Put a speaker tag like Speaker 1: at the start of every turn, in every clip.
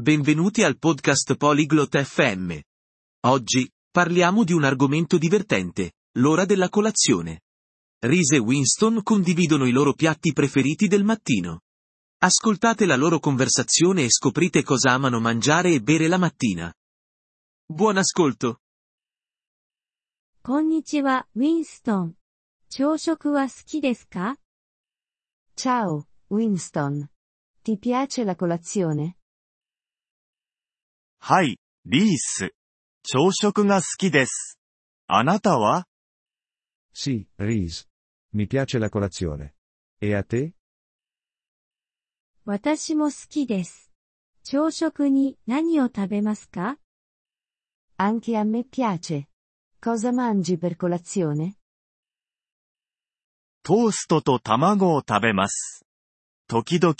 Speaker 1: Benvenuti al podcast Polyglot FM. Oggi, parliamo di un argomento divertente, l'ora della colazione. Reese e Winston condividono i loro piatti preferiti del mattino. Ascoltate la loro conversazione e scoprite cosa amano mangiare e bere la mattina. Buon ascolto!
Speaker 2: こんにちは、ウィンストン。朝食は好きですか
Speaker 3: Ciao, Winston. Ti piace la colazione?
Speaker 4: はい、リース。朝食が好きです。あなたは
Speaker 5: Sì, Reese. Mi piace la colazione. E a te?
Speaker 2: 私も好きです。朝食に何を食べますか
Speaker 3: Anche a me piace. Cosa mangi per colazione?
Speaker 4: トーストと卵を食べます。時々、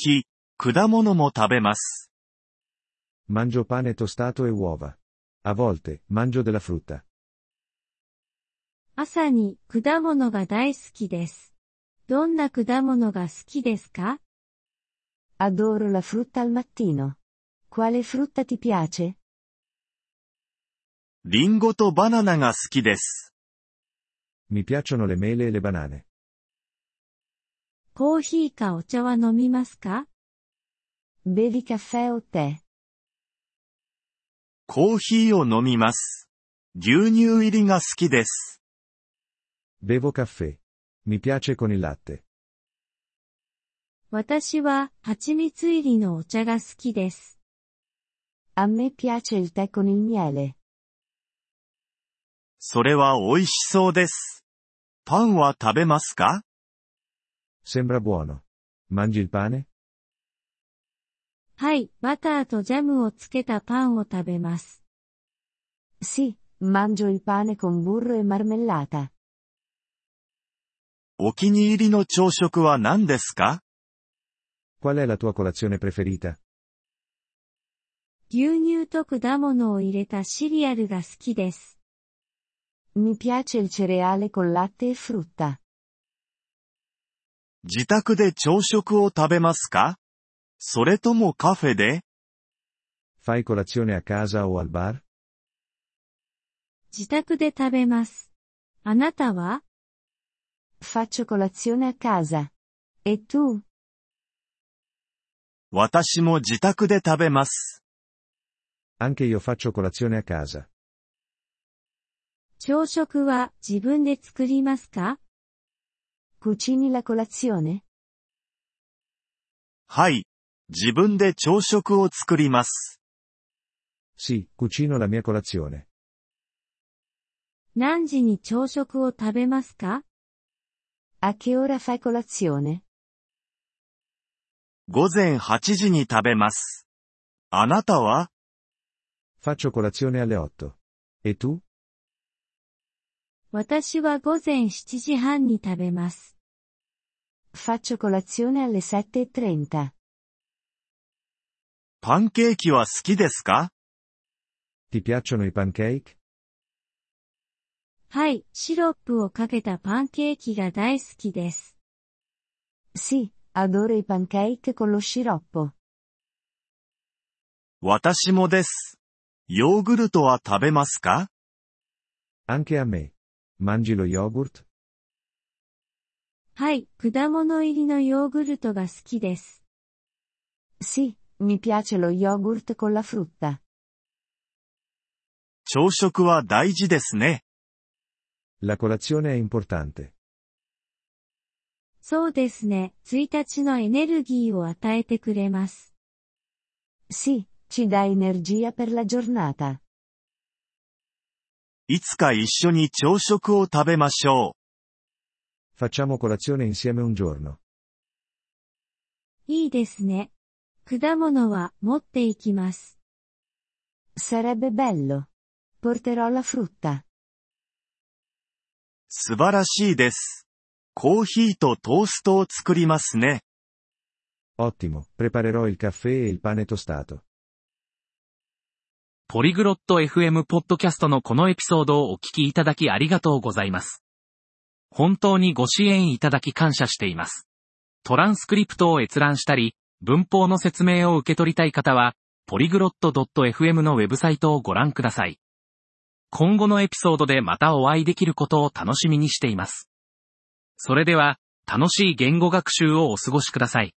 Speaker 4: 果物も食べます。
Speaker 5: Mangio pane tostato e uova. A volte, mangio della frutta.
Speaker 2: 朝に果物が大好きです。どんな果物が好きですか
Speaker 3: Adoro la frutta al mattino. Quale frutta ti piace?
Speaker 4: リンゴとバナナが好きです。
Speaker 5: Mi piacciono le mele e le banane.
Speaker 2: コーヒーかお茶は飲みますか
Speaker 3: Bevi caffè o tè?
Speaker 4: コーヒーを飲みます。牛乳入りが好きです。
Speaker 5: Bevo caffè. Mi piace con il latte.
Speaker 2: 私は蜂蜜入りのお茶が好きです。
Speaker 3: A me piace il tè con il miele.
Speaker 4: それは美味しそうです。パンは食べますか
Speaker 5: Sembra buono. Mangi il pane?
Speaker 2: はい、バターとジャムをつけたパンを食べます。
Speaker 3: Sì, mangio il pane con burro e marmellata.
Speaker 4: お気に入りの朝食は何ですか
Speaker 5: Qual è la tua colazione preferita?
Speaker 2: 牛乳と果物を入れたシリアルが好きです。
Speaker 3: Mi piace il cereale con latte e frutta.
Speaker 4: 自宅で朝食を食べますかそれともカフェで
Speaker 5: Fai colazione a casa o al bar?
Speaker 2: 自宅で食べます。あなたは
Speaker 3: Faccio colazione a casa. E tu?
Speaker 4: 私も自宅で食べます。
Speaker 5: Anche io faccio colazione a casa.
Speaker 2: 朝食は自分で作りますか
Speaker 3: Cucini la colazione?
Speaker 4: はい。自分で朝食を作ります。
Speaker 5: Sì, cucino la mia colazione.
Speaker 2: 何時に朝食を食べますか
Speaker 3: A che ora fai colazione?
Speaker 4: 午前8時に食べます。あなたは
Speaker 5: Faccio colazione alle 8. E tu?
Speaker 2: 私は午前7時半に食べます。
Speaker 3: Faccio colazione alle 7.30.
Speaker 4: パンケーキは好きですか
Speaker 5: Ti piacciono i pancake?
Speaker 2: はい、シロップをかけたパンケーキが大好きです。
Speaker 3: Sì, adoro i pancake con lo sciroppo.
Speaker 4: 私もです。ヨーグルトは食べますか
Speaker 5: Anche a me. Mangi lo yogurt?
Speaker 2: はい、果物入りのヨーグルトが好きです。
Speaker 3: Sì, mi piace lo yogurt con la frutta.
Speaker 4: 朝食は大事ですね。
Speaker 5: La colazione è importante.
Speaker 2: そうですね、1日のエネルギーを与えてくれます。
Speaker 3: Sì, ci dà energia per la giornata.
Speaker 4: いつか一緒に朝食を食べましょ
Speaker 5: Facciamo colazione insieme un giorno.
Speaker 2: いいですね。果物は持っていきます。
Speaker 3: Sarebbe bello. Porterò la frutta.
Speaker 4: う。素晴らしいです。コーヒーとトーストを作りますね。
Speaker 5: Ottimo, preparerò il caffè e il pane tostato.
Speaker 6: ポリグロット FM ポッドキャストのこのエピソードをお聞きいただきありがとうございます。本当にご支援いただき感謝しています。トランスクリプトを閲覧したり、文法の説明を受け取りたい方は、 polyglot.fm のウェブサイトをご覧ください。今後のエピソードでまたお会いできることを楽しみにしています。それでは、楽しい言語学習をお過ごしください。